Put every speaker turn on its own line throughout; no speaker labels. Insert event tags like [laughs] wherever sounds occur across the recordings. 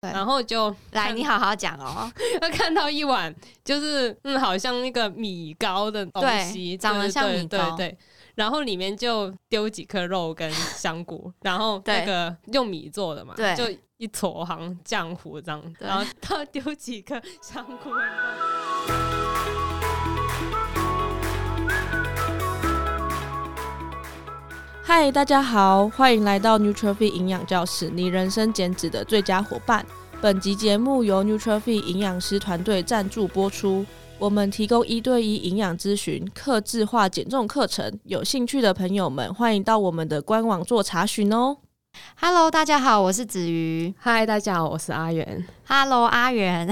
对
然后就
来，你好好讲哦。
[laughs] 看到一碗，就是嗯，好像那个米糕的东
对
西，
长得
对
像
对
米糕
对对。然后里面就丢几颗肉跟香菇，然后那
对
个用米做的嘛，
对
就一撮好像浆糊这样，
对
然后他丢几颗香菇。
嗨，大家好，欢迎来到 Nutrify 营养教室，你人生减脂的最佳伙伴。本集节目由 Nutrify 营养师团队赞助播出。我们提供一对一营养咨询、客制化减重课程，有兴趣的朋友们欢迎到我们的官网做查询哦。
Hello，大家好，我是子瑜。
嗨，大家好，我是阿元。
Hello，阿元，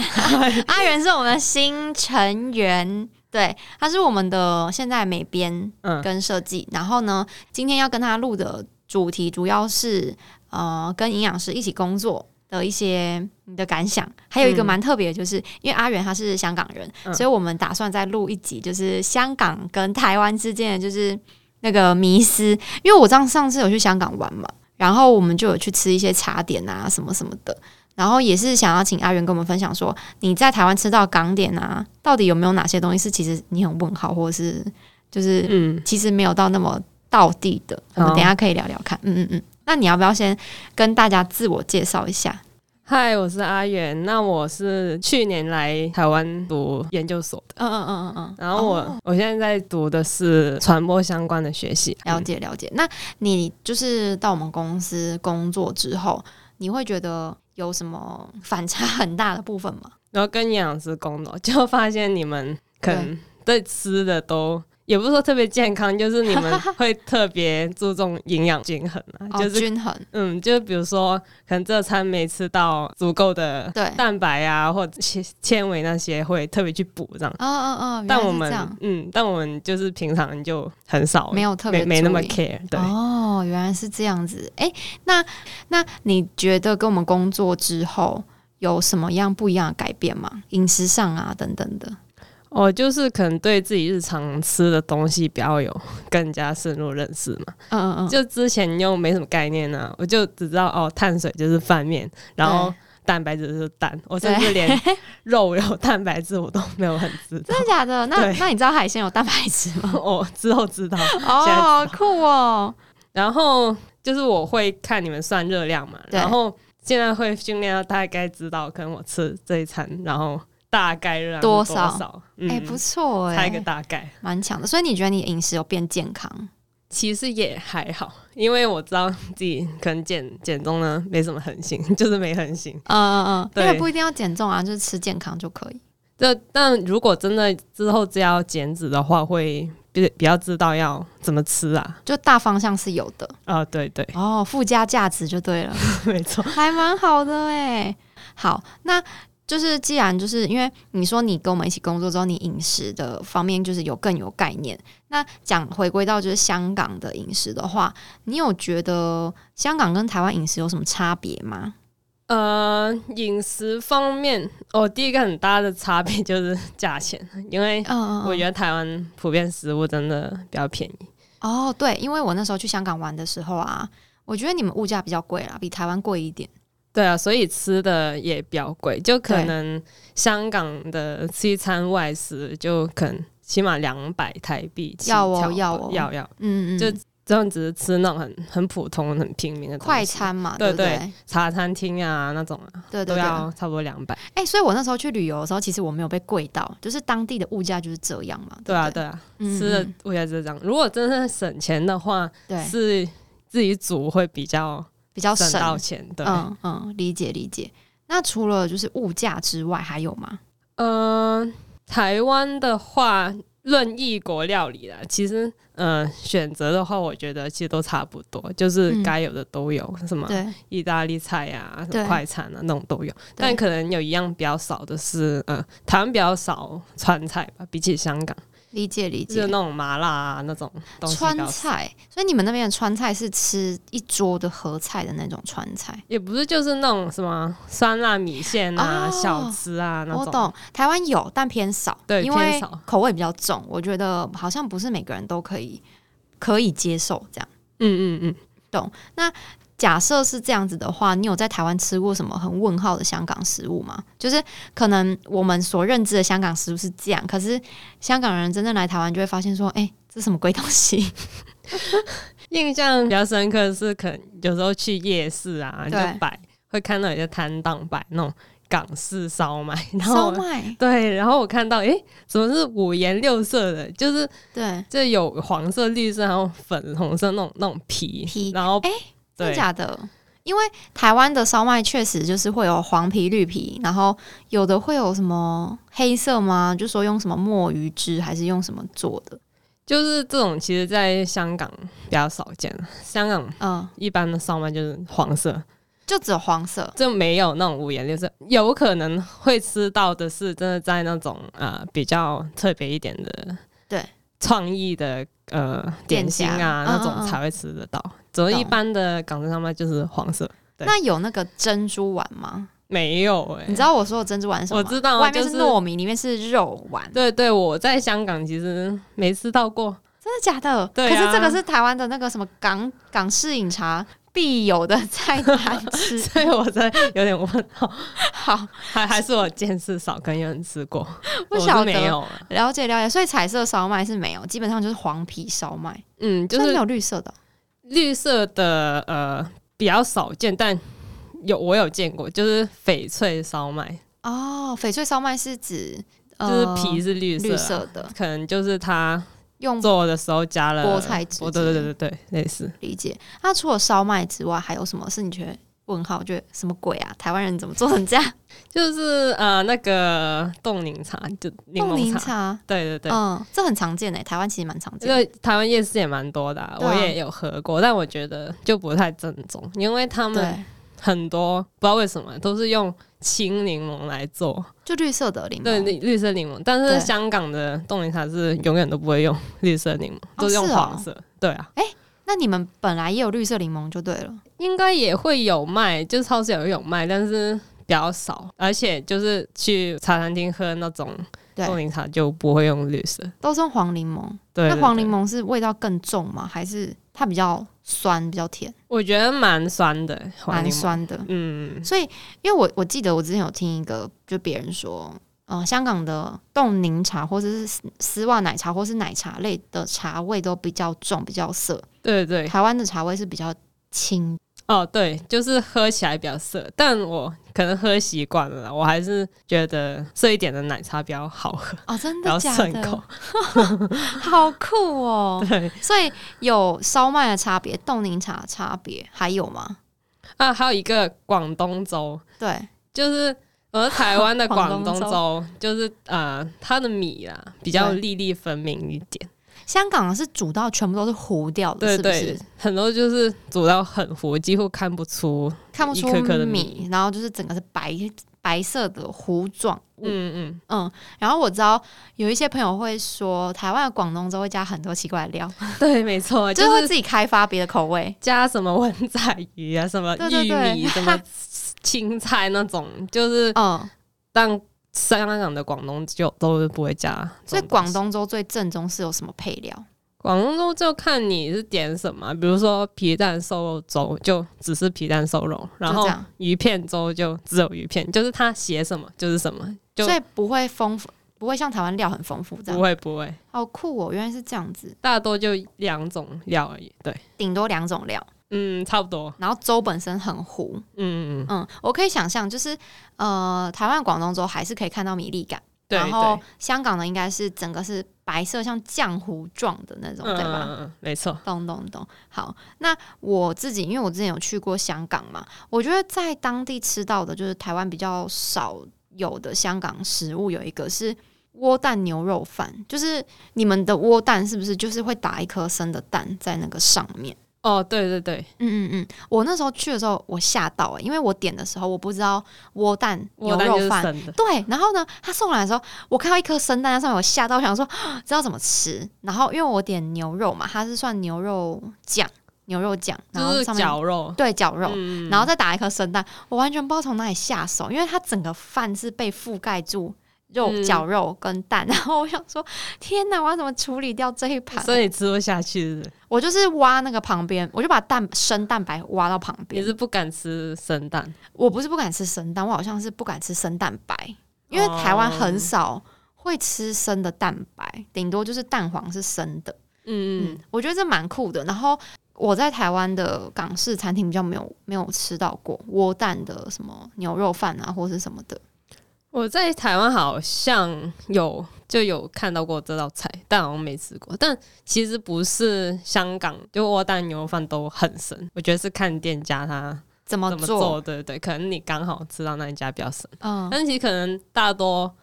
阿元是我们的新成员，对，他是我们的现在美编
嗯
跟设计。然后呢，今天要跟他录的主题主要是呃，跟营养师一起工作。的一些你的感想，还有一个
嗯
蛮特别的，就是、因为阿元他是香港人，
嗯
所以我们打算再录一集，就是香港跟台湾之间的就是那个迷思。因为我这样上次有去香港玩嘛，然后我们就有去吃一些茶点啊什么什么的，然后也是想要请阿元跟我们分享说，你在台湾吃到港点啊，到底有没有哪些东西是其实你很问号，或者是就是
嗯，
其实没有到那么到地的？我们
好
等一下可以聊聊看。嗯嗯嗯，那你要不要先跟大家自我介绍一下？
嗨，我是阿元。那我是去年来台湾读研究所的，
嗯嗯嗯嗯嗯。
然后我、
哦
我现在在读的是传播相关的学习。
了解了解。那你就是到我们公司工作之后，你会觉得有什么反差很大的部分吗？
然后跟营养师工作，就发现你们可能对吃的都也不是说特别健康，就是你
[laughs]
们会特别注重营养均衡啊，
哦，
就是
均衡，
嗯，就比如说可能这餐没吃到足够的
对
蛋白啊，或者纤纤维那些，会特别去补这样。
哦哦哦，原来
但
是
我
这样
们嗯，但我们就是平常就很少
没有特别
没没那么
注意
care，对。
哦，原来是这样子。哎、那那你觉得跟我们工作之后有什么样不一样的改变吗？饮食上啊，等等的。
哦，就是可能对自己日常吃的东西比较有更加深入认识嘛。
嗯嗯嗯，
就之前又没什么概念呢、我就只知道哦，碳水就是饭面，然后蛋白质就是蛋，我甚至连肉有蛋白质我都没有很知
[laughs]
道
真。的假的？那
对
那你知道海鲜有蛋白质 [laughs] 吗？
我之后知道，
哦，酷哦，
然后就是我会看你们算热量嘛，
对
然后现在会训练到大概知道，可能我吃这一餐，然后大概热量是
多
多
少
嗯，
哎、不错哎、
猜一个大概。
蛮强的。所以你觉得你饮食有变健康？
其实也还好，因为我知道自己可能减减重呢没什么恒心， [laughs] 就是没恒心。
嗯嗯嗯，因为
对
不一定要减重啊，就是吃健康就可以。
这但如果真的之后只要减脂的话，会比比较知道要怎么吃啊。
就大方向是有的
啊，对
[laughs]
对，
哦，附加价值就对了。
没错。
还蛮好的哎、好，那就是既然就是因为你说你跟我们一起工作之后，你饮食的方面就是有更有概念。那讲回归到就是香港的饮食的话，你有觉得香港跟台湾饮食有什么差别吗？
呃，饮食方面，我、第一个很大的差别就是价钱， [laughs] 因为
嗯，嗯
我觉
嗯
得台湾普遍食物真的比较便宜。
哦，对，因为我那时候去香港玩的时候啊，我觉得你们物价比较贵啦，比台湾贵一点。
对啊，所以吃的也比较贵，就可
对
能香港的吃一餐外食就可能起码两百台币起
要哦
跳吧
要哦
要要，
嗯嗯，
就
嗯
这样只是吃那种很很普通、很平民的东西
快餐嘛，
对
不
对
对
茶餐厅啊那种啊，
对对
都
对。
要差不多两百。
哎、所以我那时候去旅游的时候，其实我没有被贵到，就是当地的物价就是这样嘛。
对
不
啊，对啊，
嗯
吃的
嗯
我也是这样。如果真的省钱的话，
对，
是自己煮会比较
比较省
省。欸到钱。对，
嗯嗯，理解理解。那除了就是物价之外，还有吗？
嗯，台湾的话，论异国料理啦，其实嗯、呃选择的话，我觉得其实都差不多，就是
嗯
该有的都有，什么
对
意大利菜呀、什
对
么快餐啊那种都有。但可能有一样比较少的是，嗯、台湾比较少川菜吧，比起香港。
理解理
就是
解。
那种麻辣啊那种东西比较
川菜，所以你们那边的川菜是吃一桌的合菜的那种川菜。
也不是就是那种什么酸辣米线啊、
哦
小吃啊那种。
我懂，台湾有，但偏少，
对
因
偏
为
少
口味比较重，我觉得好像不是每个人都可以可以接受这样。
嗯嗯嗯，
假设是这样子的话，你有在台湾吃过什么很问号的香港食物吗？就是可能我们所认知的香港食物是这样，可是香港人真正来台湾就会发现说，哎、这什么鬼东西？
印象比较深刻的是，可能有时候去夜市啊，就
对
摆会看到有些摊档摆那种港式烧麦，然后
烧
我
麦，
对，然后我看到诶、怎么是五颜六色的？就是
对，
就有黄色、绿色，还有粉红色那种那种皮，
皮
然后
诶真
对
的假的？因为台湾的烧麦确实就是会有黄皮、绿皮，然后有的会有什么黑色吗？就说用什么墨鱼汁还是用什么做的？
就是这种，其实在香港比较少见。香港
嗯，
一般的烧麦就是黄色，
就只有黄色。
就没有那种五颜六色。有可能会吃到的是，真的在那种呃比较特别一点的，
对
创意的呃
店
点心啊
家
那
嗯嗯
种
嗯
才会吃得到。只有一
懂
般的港式烧麦就是黄色，对
那有那个珍珠丸吗？
没有哎、
你知道我说的珍珠丸是什么吗？
我知道
外面
就是
是糯米，里面是肉丸，
对对，我在香港其实没吃到过， [laughs]
真的假的？
对啊
可是这个是台湾的那个什么港港式饮茶必有的 [laughs] 菜单
[laughs]
吃。
所以我在有点问号，
好，
还还是我见识少，跟有人吃过，
不
我是
晓得
没有啊。
了解了解。所以彩色烧麦是没有，基本上就是黄皮烧麦，
嗯，就
所以
是
没有绿色的。
绿色的呃比较少见，但有我有见过，就是翡翠烧麦，
哦，翡翠烧麦是指、
就是皮是绿
呃
色,、啊
绿色的，
可能就是它
用
做的时候加了
菠菜汁
哦，对对对对对，类似。
理解。那除了烧麦之外，还有什么是你觉得问号？觉得什么鬼啊？台湾人怎么做成这样？
就是呃那个冻柠茶，就柠
冻柠
檬茶，
茶，
对对对。
嗯，这很常见诶、台湾其实蛮常
这
见的。
个台湾夜市也蛮多的啊、
对啊
我也有喝过，但我觉得就不太正宗，因为他们
对，
很多不知道为什么都是用青柠檬来做，
就绿色的柠檬。
对，绿绿色柠檬，但
对
是香港的冻柠茶是永远都不会用 [laughs] 绿色柠檬，都是用
是哦
黄色。对啊，
那你们本来也有绿色柠檬就对了，
应该也会有卖，就是超市也有卖，但是比较少。而且就是去茶餐厅喝那种
对
冻柠茶就不会用绿色。
都是用黄柠檬。
对，
那黄柠
檬
檬是味道更重吗？还是它比较酸、比较甜，
我觉得蛮酸的，黄柠
蛮
檬。
酸的？
嗯，
所以，因为我我记得我之前有听一个，就别人说，呃，香港的冻柠茶或者是丝丝袜奶茶或是奶茶类的茶味都比较重、比较涩，
对对，
台湾的茶味是比较轻。
哦对，就是喝起来比较涩，但我可能喝习惯了啦，我还是觉得涩一点的奶茶比较好喝，
哦，真
比
的
较
假
顺口
的？。 [laughs] 好酷哦！
[laughs] 对
所以有烧麦的差别，冻柠茶的差别还有吗？
啊，还有一个广东粥，
对，
就是而台湾的广
广
东
东粥 [laughs]
粥，就是呃，它的米啊比较
对
粒粒分明一
[laughs]
点，
香港是煮到全部都是糊掉的，
对
是不
对，
是？
很多就是煮到很糊，几乎看不出，
看不出
一颗颗的
米，然后就是整个是白白色的糊状物。
嗯嗯，
嗯，然后我知道有一些朋友会说，台湾的广东粥会加很多奇怪的料，
对，没错，
就是
啊就
会
是
自己开发别的口味。
加什么文仔鱼啊，什么
对对
玉
对
米，什么青菜那种，就是
[laughs] 嗯，
但香港的广东就都是不会加
所
这
以
种东西，
广东粥最正宗是有什么配料？
广东粥就看你是点什么，比如说皮蛋瘦肉粥就只是皮蛋瘦肉，然
就
后
这样
鱼片粥就只有鱼片，就是它写什么就是什么，就
所以不会丰富，不会像台湾料很丰富这
不
样。
会不会，
好酷哦，原来是这样子，
大多就两种料而已。对，
顶多两种料，
嗯，差不多，
然后粥本身很糊。
嗯，嗯嗯
嗯，我可以想象，就是呃，台湾广东粥还是可以看到米粒感，
对
然后
对
香港的应该是整个是白色，像浆糊状的那种，
嗯
对吧？
嗯嗯没错，
懂懂懂，好。那我自己，因为我之前有去过香港嘛，我觉得在当地吃到的，就是台湾比较少有的香港食物，有一个是窝蛋牛肉饭，就是你们的窝蛋是不是就是会打一颗生的蛋在那个上面？
哦，对对对，
嗯嗯嗯，我那时候去的时候我吓到、欸，因为我点的时候我不知道窝蛋
我
牛
蛋就
肉
是
饭
生的，
对，然后呢，他送来的时候，我看到一颗生蛋在上面，我吓到，我想说 [gasps] 啊知道怎么吃。然后因为我点牛肉嘛，它是算牛肉酱，牛肉酱，然
就
后
是
上面
绞肉，
对绞肉，
嗯
然后再打一颗生蛋，我完全不知道从哪里下手，因为它整个饭是被覆盖住。肉
嗯
绞肉跟蛋，然后我想说，天哪，我要怎么处理掉这一盘？
所以你吃不下去是不是
我就是挖那个旁边，我就把蛋生蛋白挖到旁
你
边。
是不敢吃生蛋，
我不是不敢吃生蛋，我好像是不敢吃生蛋白，因为
哦
台湾很少会吃生的蛋白，顶多就是蛋黄是生的。
嗯
嗯，我觉得这蛮酷的。然后我在台湾的港式餐厅比较没有没有吃到过窝蛋的什么牛肉饭啊，或是什么的。
我在台湾好像有就有看到过这道菜，但好像没吃过。但其实不是香港，就窝蛋牛肉饭都很神，我觉得是看店家他
怎么
怎么
哦做？
做，对对，可能你刚好吃到那一家比较神，
嗯，
但其实可能大多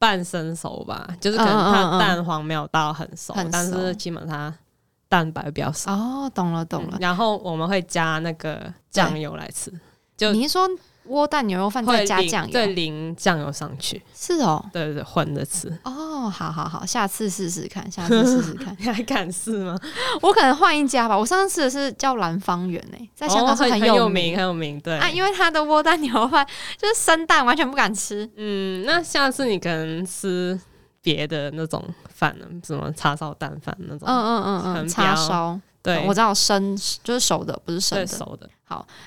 半生熟吧，就是可
嗯嗯
能
嗯嗯
它蛋黄没有到很熟，
很熟
但是起码它蛋白比较少。
哦，懂了懂了
嗯。然后我们会加那个酱油来吃，就
你是说窝蛋牛肉饭
嗯会
再加
淋
酱
对，
油？
淋酱油上去，
是哦。
对对对，混着吃。
哦，好好好，下次试试看，下次试试看。
[laughs] 你还敢试吗？
我可能换一家吧。我上次吃的是叫兰芳园诶、在香港
哦
是
很很
有
名，很有名。对，
啊，因为它的窝蛋牛肉饭 [laughs] 就是生蛋，完全不敢吃。
嗯，那下次你可能吃别的那种饭呢，什么叉烧蛋饭那种，
嗯嗯嗯嗯，
哦很
叉
标
烧，嗯
对，
我知道生就是熟的，不是生的。
对熟的，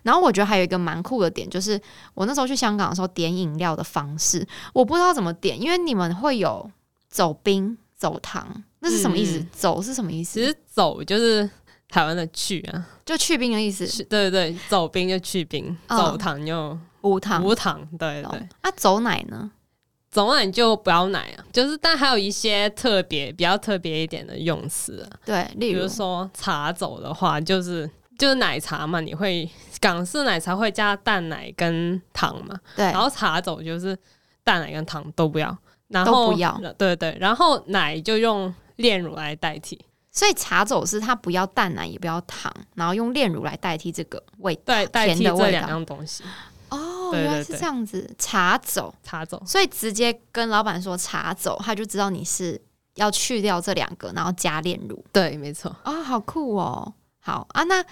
然后我觉得还有一个蛮酷的点，就是我那时候去香港的时候点饮料的方式，我不知道怎么点，因为你们会有走冰、走糖，那是什么意思？
嗯
走是什么意
其
思？
实走就是台湾的去啊，
就去冰的意思，
去对对对，走冰就去冰，
嗯
走糖就
无糖。
无糖，对对
懂
对。
啊，走奶呢？
总奶就不要奶啊，就是但还有一些特别比较特别一点的用词、啊，
对，例
比
如
如说茶走的话，就是就是奶茶嘛，你会港式奶茶会加蛋奶跟糖嘛，
对
然后茶走就是蛋奶跟糖都不要，然
都
后
不要，
对对，然后奶就用炼乳来代替，
所以茶走是它不要蛋奶，也不要糖，然后用炼乳来代替这个味道，
对，代
甜
替
的
这
味
两
道。
样东西，
哦，
对
原来
对
是
对
这样子，茶走，
茶走。
所以直接跟老板说茶走，他就知道你是要去掉这两个，然后加炼乳。
对，没错，
啊、好酷哦！好啊，那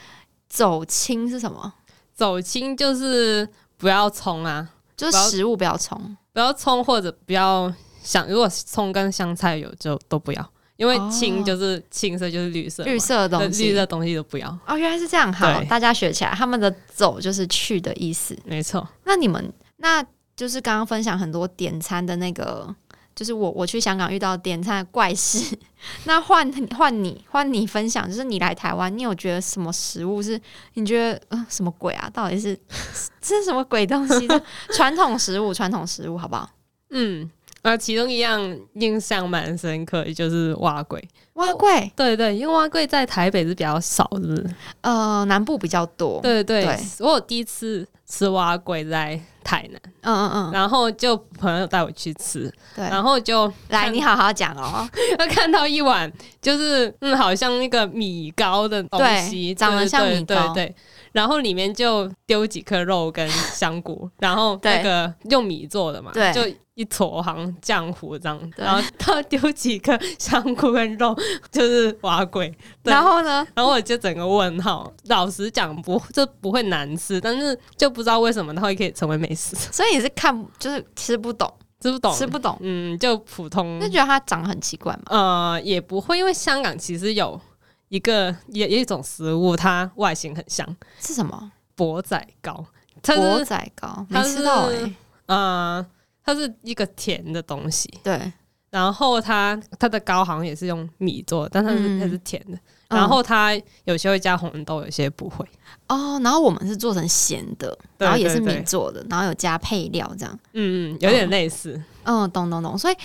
走青是什么？
走青就是不要葱啊，
就是
不要
食物不要冲
不要葱或者不要香，如果葱跟香菜有就都不要，因为
哦
青就是青色就是绿色嘛，
绿色的
对
东西。
绿色东西都不要，
哦，原来是这样，好，
对
大家学起来。他们的走就是去的意思。
没错。
那你们，那就是刚刚分享很多点餐的那个，就是我我去香港遇到点餐的怪事。 [laughs] 那换换你换你分享，就是你来台湾，你有觉得什么食物是你觉得呃什么鬼啊？到底是 [laughs] 这是什么鬼东西？这传统食物，传统食物，好不好？
嗯，呃，其中一样印象蛮深刻，就是蛙龟。
蛙贵。
对对，因为蛙龟在台北是比较少，是不是？
呃，南部比较多。
对对，
对
我有第一次吃蛙龟在台南，
嗯嗯嗯，
然后就朋友带我去吃，
对。
然后就
来，
看
你好好讲哦。
[laughs] 看到一碗，就是嗯，好像那个米糕的东西，
对长得像
对
米糕
对对对。然后里面就丢几颗肉跟香菇，然后
对
那个用米做的嘛，
对
就一坨好像浆糊这样，
对
然后他丢几颗香菇跟肉，就是瓦鬼。对
然后呢？
然后我就整个问号，老实讲不，这不会难吃，但是就不知道为什么它会可以成为美食， [laughs]
所以你是看就是吃不懂，
吃不懂，
吃不懂，
嗯，就普通
就觉得它长得很奇怪嘛。
呃，也不会，因为香港其实有一个也有一种食物，它外形很像
是什么？
钵仔糕，它
钵
是
仔糕，没
它
吃到
是
哎。
呃，它是一个甜的东西，
对，
然后它它的糕好像也是用米做的，但它是、
嗯
它是甜的，
嗯
然后它有些会加红豆，有些不会，
哦，然后我们是做成咸的，然后也是
对对
米做的，然后有加配料这样。
嗯嗯，有
哦
点类似，
嗯，懂懂懂。所以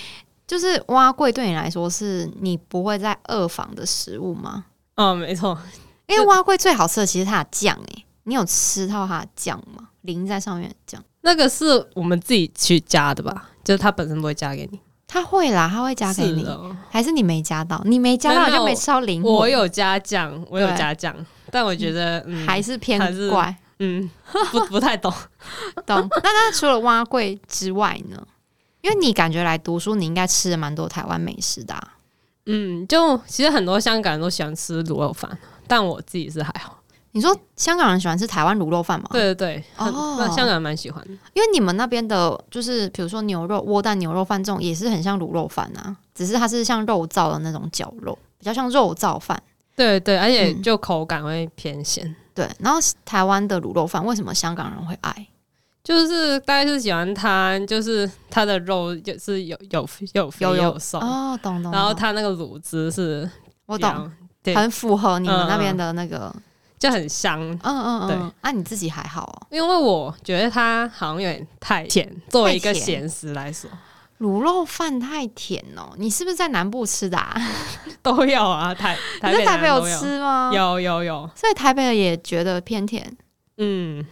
就是蛙贵对你来说是你不会在二房的食物吗？
嗯，没错，
因为蛙贵最好吃的其实它的酱哎，你有吃到它的酱吗？淋在上面的酱。
那个是我们自己去加的吧？就是它本身不会加给你，
他会啦，他会加给你
是，哦
还是你没加到？你没加
没
到
有
你就没吃到灵魂，
我有加酱，我有
对
加酱，但我觉得、嗯、
还是偏
还是
怪。
嗯，不不太懂。 [laughs]
懂？那那除了蛙贵之外呢？因为你感觉来读书，你应该吃了蛮多台湾美食的、啊。
嗯，就其实很多香港人都喜欢吃卤肉饭，但我自己是还好。
你说香港人喜欢吃台湾卤肉饭吗？，
对对对，很
哦
那香港人蛮喜欢的。
因为你们那边的，就是比如说牛肉窝蛋牛肉饭这种，也是很像卤肉饭啊，只是它是像肉燥的那种绞肉，比较像肉燥饭。
对对，而且
嗯
就口感会偏咸，
对，然后台湾的卤肉饭为什么香港人会爱？
就是大概是喜欢它，就是它的肉就是有有有肥
有有
瘦，
哦，懂懂。
然后
懂
它那个卤汁是
我
比较
懂，，
对
很符合你们
嗯
那边的那个，
就很香。
嗯嗯嗯
对。
那你自己还好哦，
因为我觉得它好像有点太甜，作为一
太
个
甜
咸食来说，
卤肉饭太甜哦。你是不是在南部吃的啊？
都有啊，
[laughs]
台
你
台
在
北
台北
南
有
都有，
吃吗？，
有有有，
所以台北也觉得偏甜。
嗯，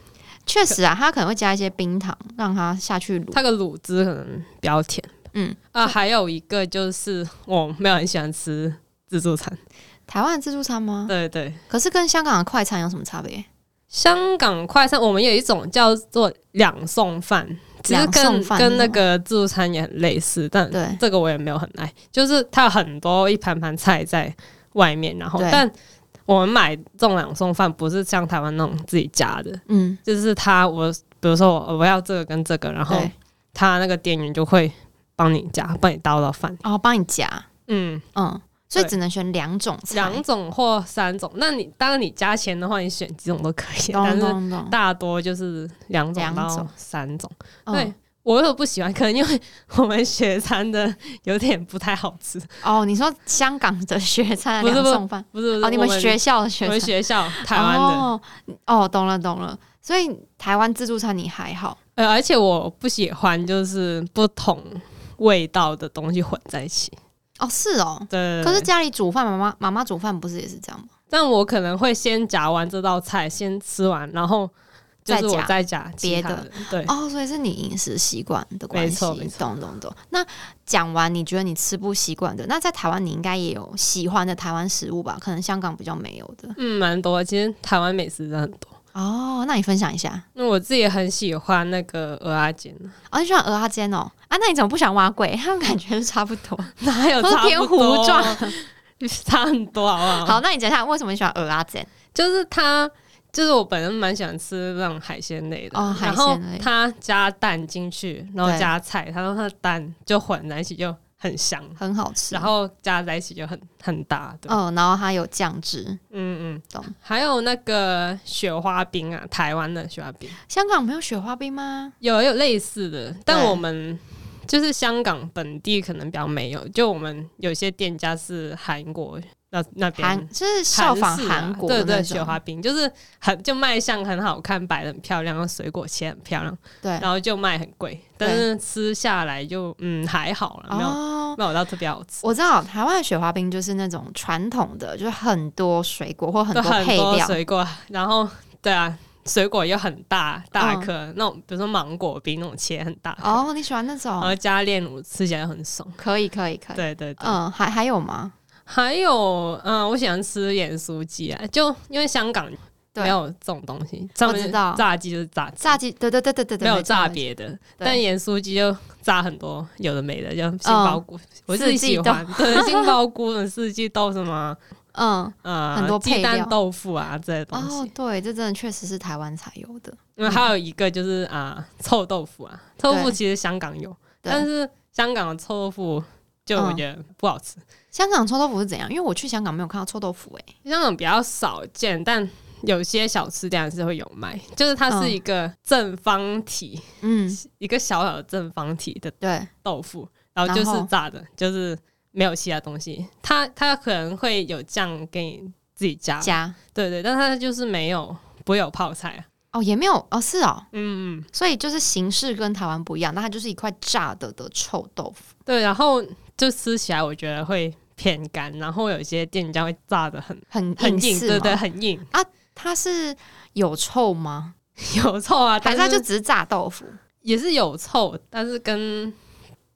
确实啊，它可能会加一些冰糖，让它下去卤。
它的卤汁可能比较甜
嗯，
啊。还有一个就是我没有很喜欢吃自助餐，
台湾的自助餐吗？
对对，
可是跟香港的快餐有什么差别？
香港快餐，我们有一种叫做两送饭，其实
两
跟
餸饭
跟那个自助餐也很类似，但
对
这个我也没有很爱，就是它有很多一盘盘菜在外面，然后
对
但我们买这种两送饭不是像台湾那种自己夹的，
嗯，
就是它我比如说我我要这个跟这个，然后
对，
他那个店员就会帮你夹，帮你倒到饭，
然后哦帮你夹，
嗯，
嗯，所以
对
只能选两种菜。
两种或三种，那你当然你加钱的话，你选几种都可以，但
懂
是
懂懂，
大多就是两种
两
到
种
三种。
嗯
对我为什么不喜欢？可能因为我们雪餐的有点不太好吃，
哦，你说香港的学餐
不
的
是
两
不是
种饭
不是？不是
哦，你
我
们
们
学校的
我
学
们
餐
学校台湾的，
哦哦，懂了懂了，所以台湾自助餐你还好，
呃，而且我不喜欢就是不同味道的东西混在一起。
哦是哦，
对，
可是
对
家里煮饭，妈妈妈妈煮饭不是也是这样吗？
但我可能会先夹完这道菜，先吃完，然后就是
再夹
我再夹其
别
他
的
的。对，
哦，所以是你饮食习惯的关
没
系
错没，错
懂懂懂。那讲完你觉得你吃不习惯的，那在台湾你应该也有喜欢的台湾食物吧？可能香港比较没有的
嗯，蛮多。其实台湾美食真的很多。
哦。那你分享一下
那我自己也很喜欢那个鹅阿煎，
哦，你喜欢鹅阿煎哦啊？那你怎么不想挖贵？他们感
[laughs]
觉是差不多，
哪有
都是
差
偏
不
糊
多
状。
[laughs] 差很多好不好？
好，那你讲一下为什么你喜欢鹅阿煎？
就是它，就是我本人蛮喜欢吃那种海鲜类的，
哦海
然后
鲜类
它加蛋进去，然后
对
加菜，它让它的蛋就混在一起就很香，
很好吃，
然后加在一起就很很搭，对，
嗯，然后它有酱汁，
嗯
懂
嗯，还有那个雪花冰啊，台湾的雪花冰
香港没有雪花冰吗？
有有类似的，但
对
我们。就是香港本地可能比较没有，就我们有些店家是韩国那那边
韩就是效仿
式啊
韩国
对
的
对
那
雪
种，
花冰，就是很就卖相很好看，摆的很漂亮，然后水果切很漂亮，
对
然后就卖很贵，但是吃下来就嗯还好了，没有、
哦，
没有到特别好吃，
我知道台湾的雪花冰就是那种传统的，就是很多水果或很
就
多
很
配
多
料，
水果，然后对啊，水果又很大大颗，那种比如说芒果冰那种切很大颗，
嗯哦，你喜欢那
然
种？
后加炼乳吃起来很爽，
可以，可以，可以。
对对对。
嗯，还还有吗？
还有，嗯、我喜欢吃盐酥鸡啊，就因为香港
对
没有这种东西，上面
知道
炸鸡就是炸鸡
炸鸡，对对对对对对，
没有
错
炸，别的，
对
但盐酥鸡就炸很多有的没的，像杏鲍菇，我自己
四季
喜
豆
欢，对，杏鲍菇、四季豆什
[laughs]
么，
没错嗯，
呃，
很多配
鸡
料
蛋豆腐啊这些东
哦
西。，
对，这真的确实是台湾才有的，
嗯，还有一个就是啊、臭豆腐啊，臭豆腐
对
其实香港有，
对嗯
但是香港的臭豆腐就我觉得不好吃，
香港臭豆腐是怎样？因为我去香港没有看到臭豆腐、欸，
香港比较少见，但。有些小吃店还是会有卖，就是它是
嗯
一个正方体，
嗯，
一个小小的正方体的
对，
豆腐，然后就是炸的，就是没有其他东西。它它可能会有酱给你自己加，
加
对对，但它就是没有不会有泡菜啊。
哦也没有哦，是哦，
嗯，嗯
所以就是形式跟台湾不一样，那它就是一块炸的的臭豆腐，
对，然后就吃起来我觉得会偏干，然后有些店家会炸的很
很
很
硬
硬，
是
对
吗
对，很硬， [laughs]
它是有臭吗？
有臭啊，
还
但
是
是
它就只是炸豆腐？
也是有臭，但是跟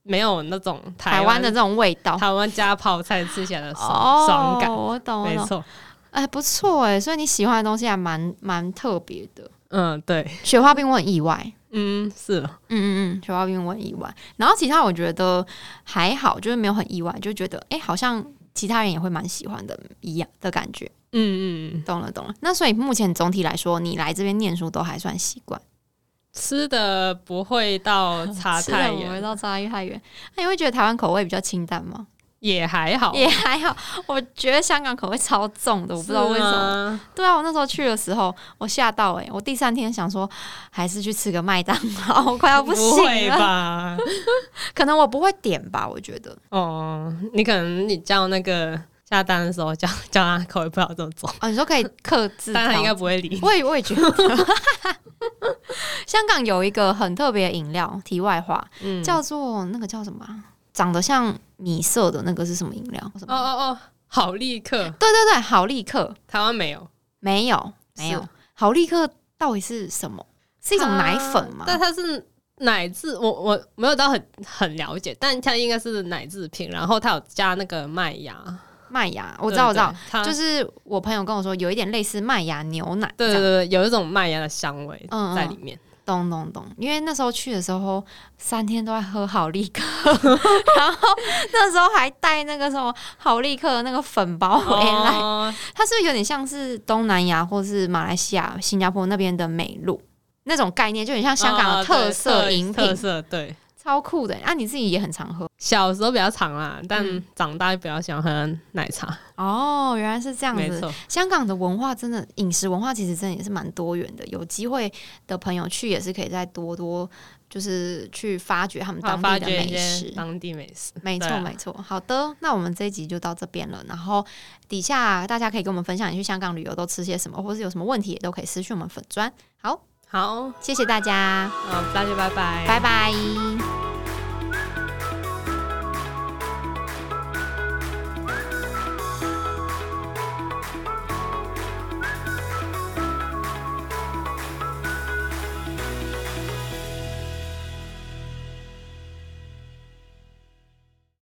没有那种
台湾的这种味道。
台湾加泡菜吃起来的爽、
哦，
爽感，
我懂
没
了。
错，
哎，不错哎，所以你喜欢的东西还蛮蛮特别的。
嗯，对，
[laughs] 雪花冰我很意外，
嗯，是了，
嗯嗯嗯，雪花冰我很意外。然后其他我觉得还好，就是没有很意外，就觉得哎、好像其他人也会蛮喜欢的一样的感觉。
嗯嗯，
懂了懂了。那所以目前总体来说，你来这边念书都还算习惯，
吃的不会到差
吃的
太
我味
远，
道差啊太远。那你会觉得台湾口味比较清淡吗？
也还好。
也还好，我觉得香港口味超重的，我不知道为什么。
么，
对啊，我那时候去的时候，我吓到哎、我第三天想说，还是去吃个麦当劳，我 [laughs] 快要
不
啊行
会
了。
吧？ [laughs]
可能我不会点吧，我觉得。
哦，你可能你叫那个下单的时候叫 [laughs] 叫他口味不要这么重，
哦，你说可以克制
但他应该
调
不会理你。
我也我也觉得， [laughs] 香港有一个很特别的饮料，题外话，
嗯，
叫做那个叫什么啊、长得像米色的那个是什么饮料？什么
哦哦哦，好立刻，
对对对，好立克
台湾没有，
没有没有
是，
好立克到底是什么？是一种奶粉吗？
啊但它是奶制，我我没有到很很了解，但它应该是奶制品，然后它有加那个麦芽，
麦芽，我知道我知道
对，，对它
就是我朋友跟我说有一点类似麦芽牛奶这
对
样，
对对，有一种麦芽的香味
嗯嗯
在里面。
懂懂懂，因为那时候去的时候，三天都在喝好利克， [laughs] 然后那时候还带那个什么好利克的那个粉包回嗯哎来，
哦，
它是不是有点像是东南亚或是马来西亚、新加坡那边的美露那种概念，就很像香港的
哦
特
对
色饮品，
特色对。
超酷的。啊，你自己也很常喝
小时候比较长啦，但
嗯
长大就比较喜欢喝奶茶。
哦，原来是这样
没
子。
错，
香港的文化真的饮食文化其实真的也是蛮多元的，有机会的朋友去也是可以再多多就是去发掘他们当
啊发
地的
掘一
美
些
食。
当地美食。
没
对
错，
啊
没错。好的，那我们这一集就到这边了。然后底下大家可以跟我们分享你去香港旅游都吃些什么，或是有什么问题也都可以私讯我们粉砖。好，
好，
谢谢大家，
嗯，大家拜拜，
拜拜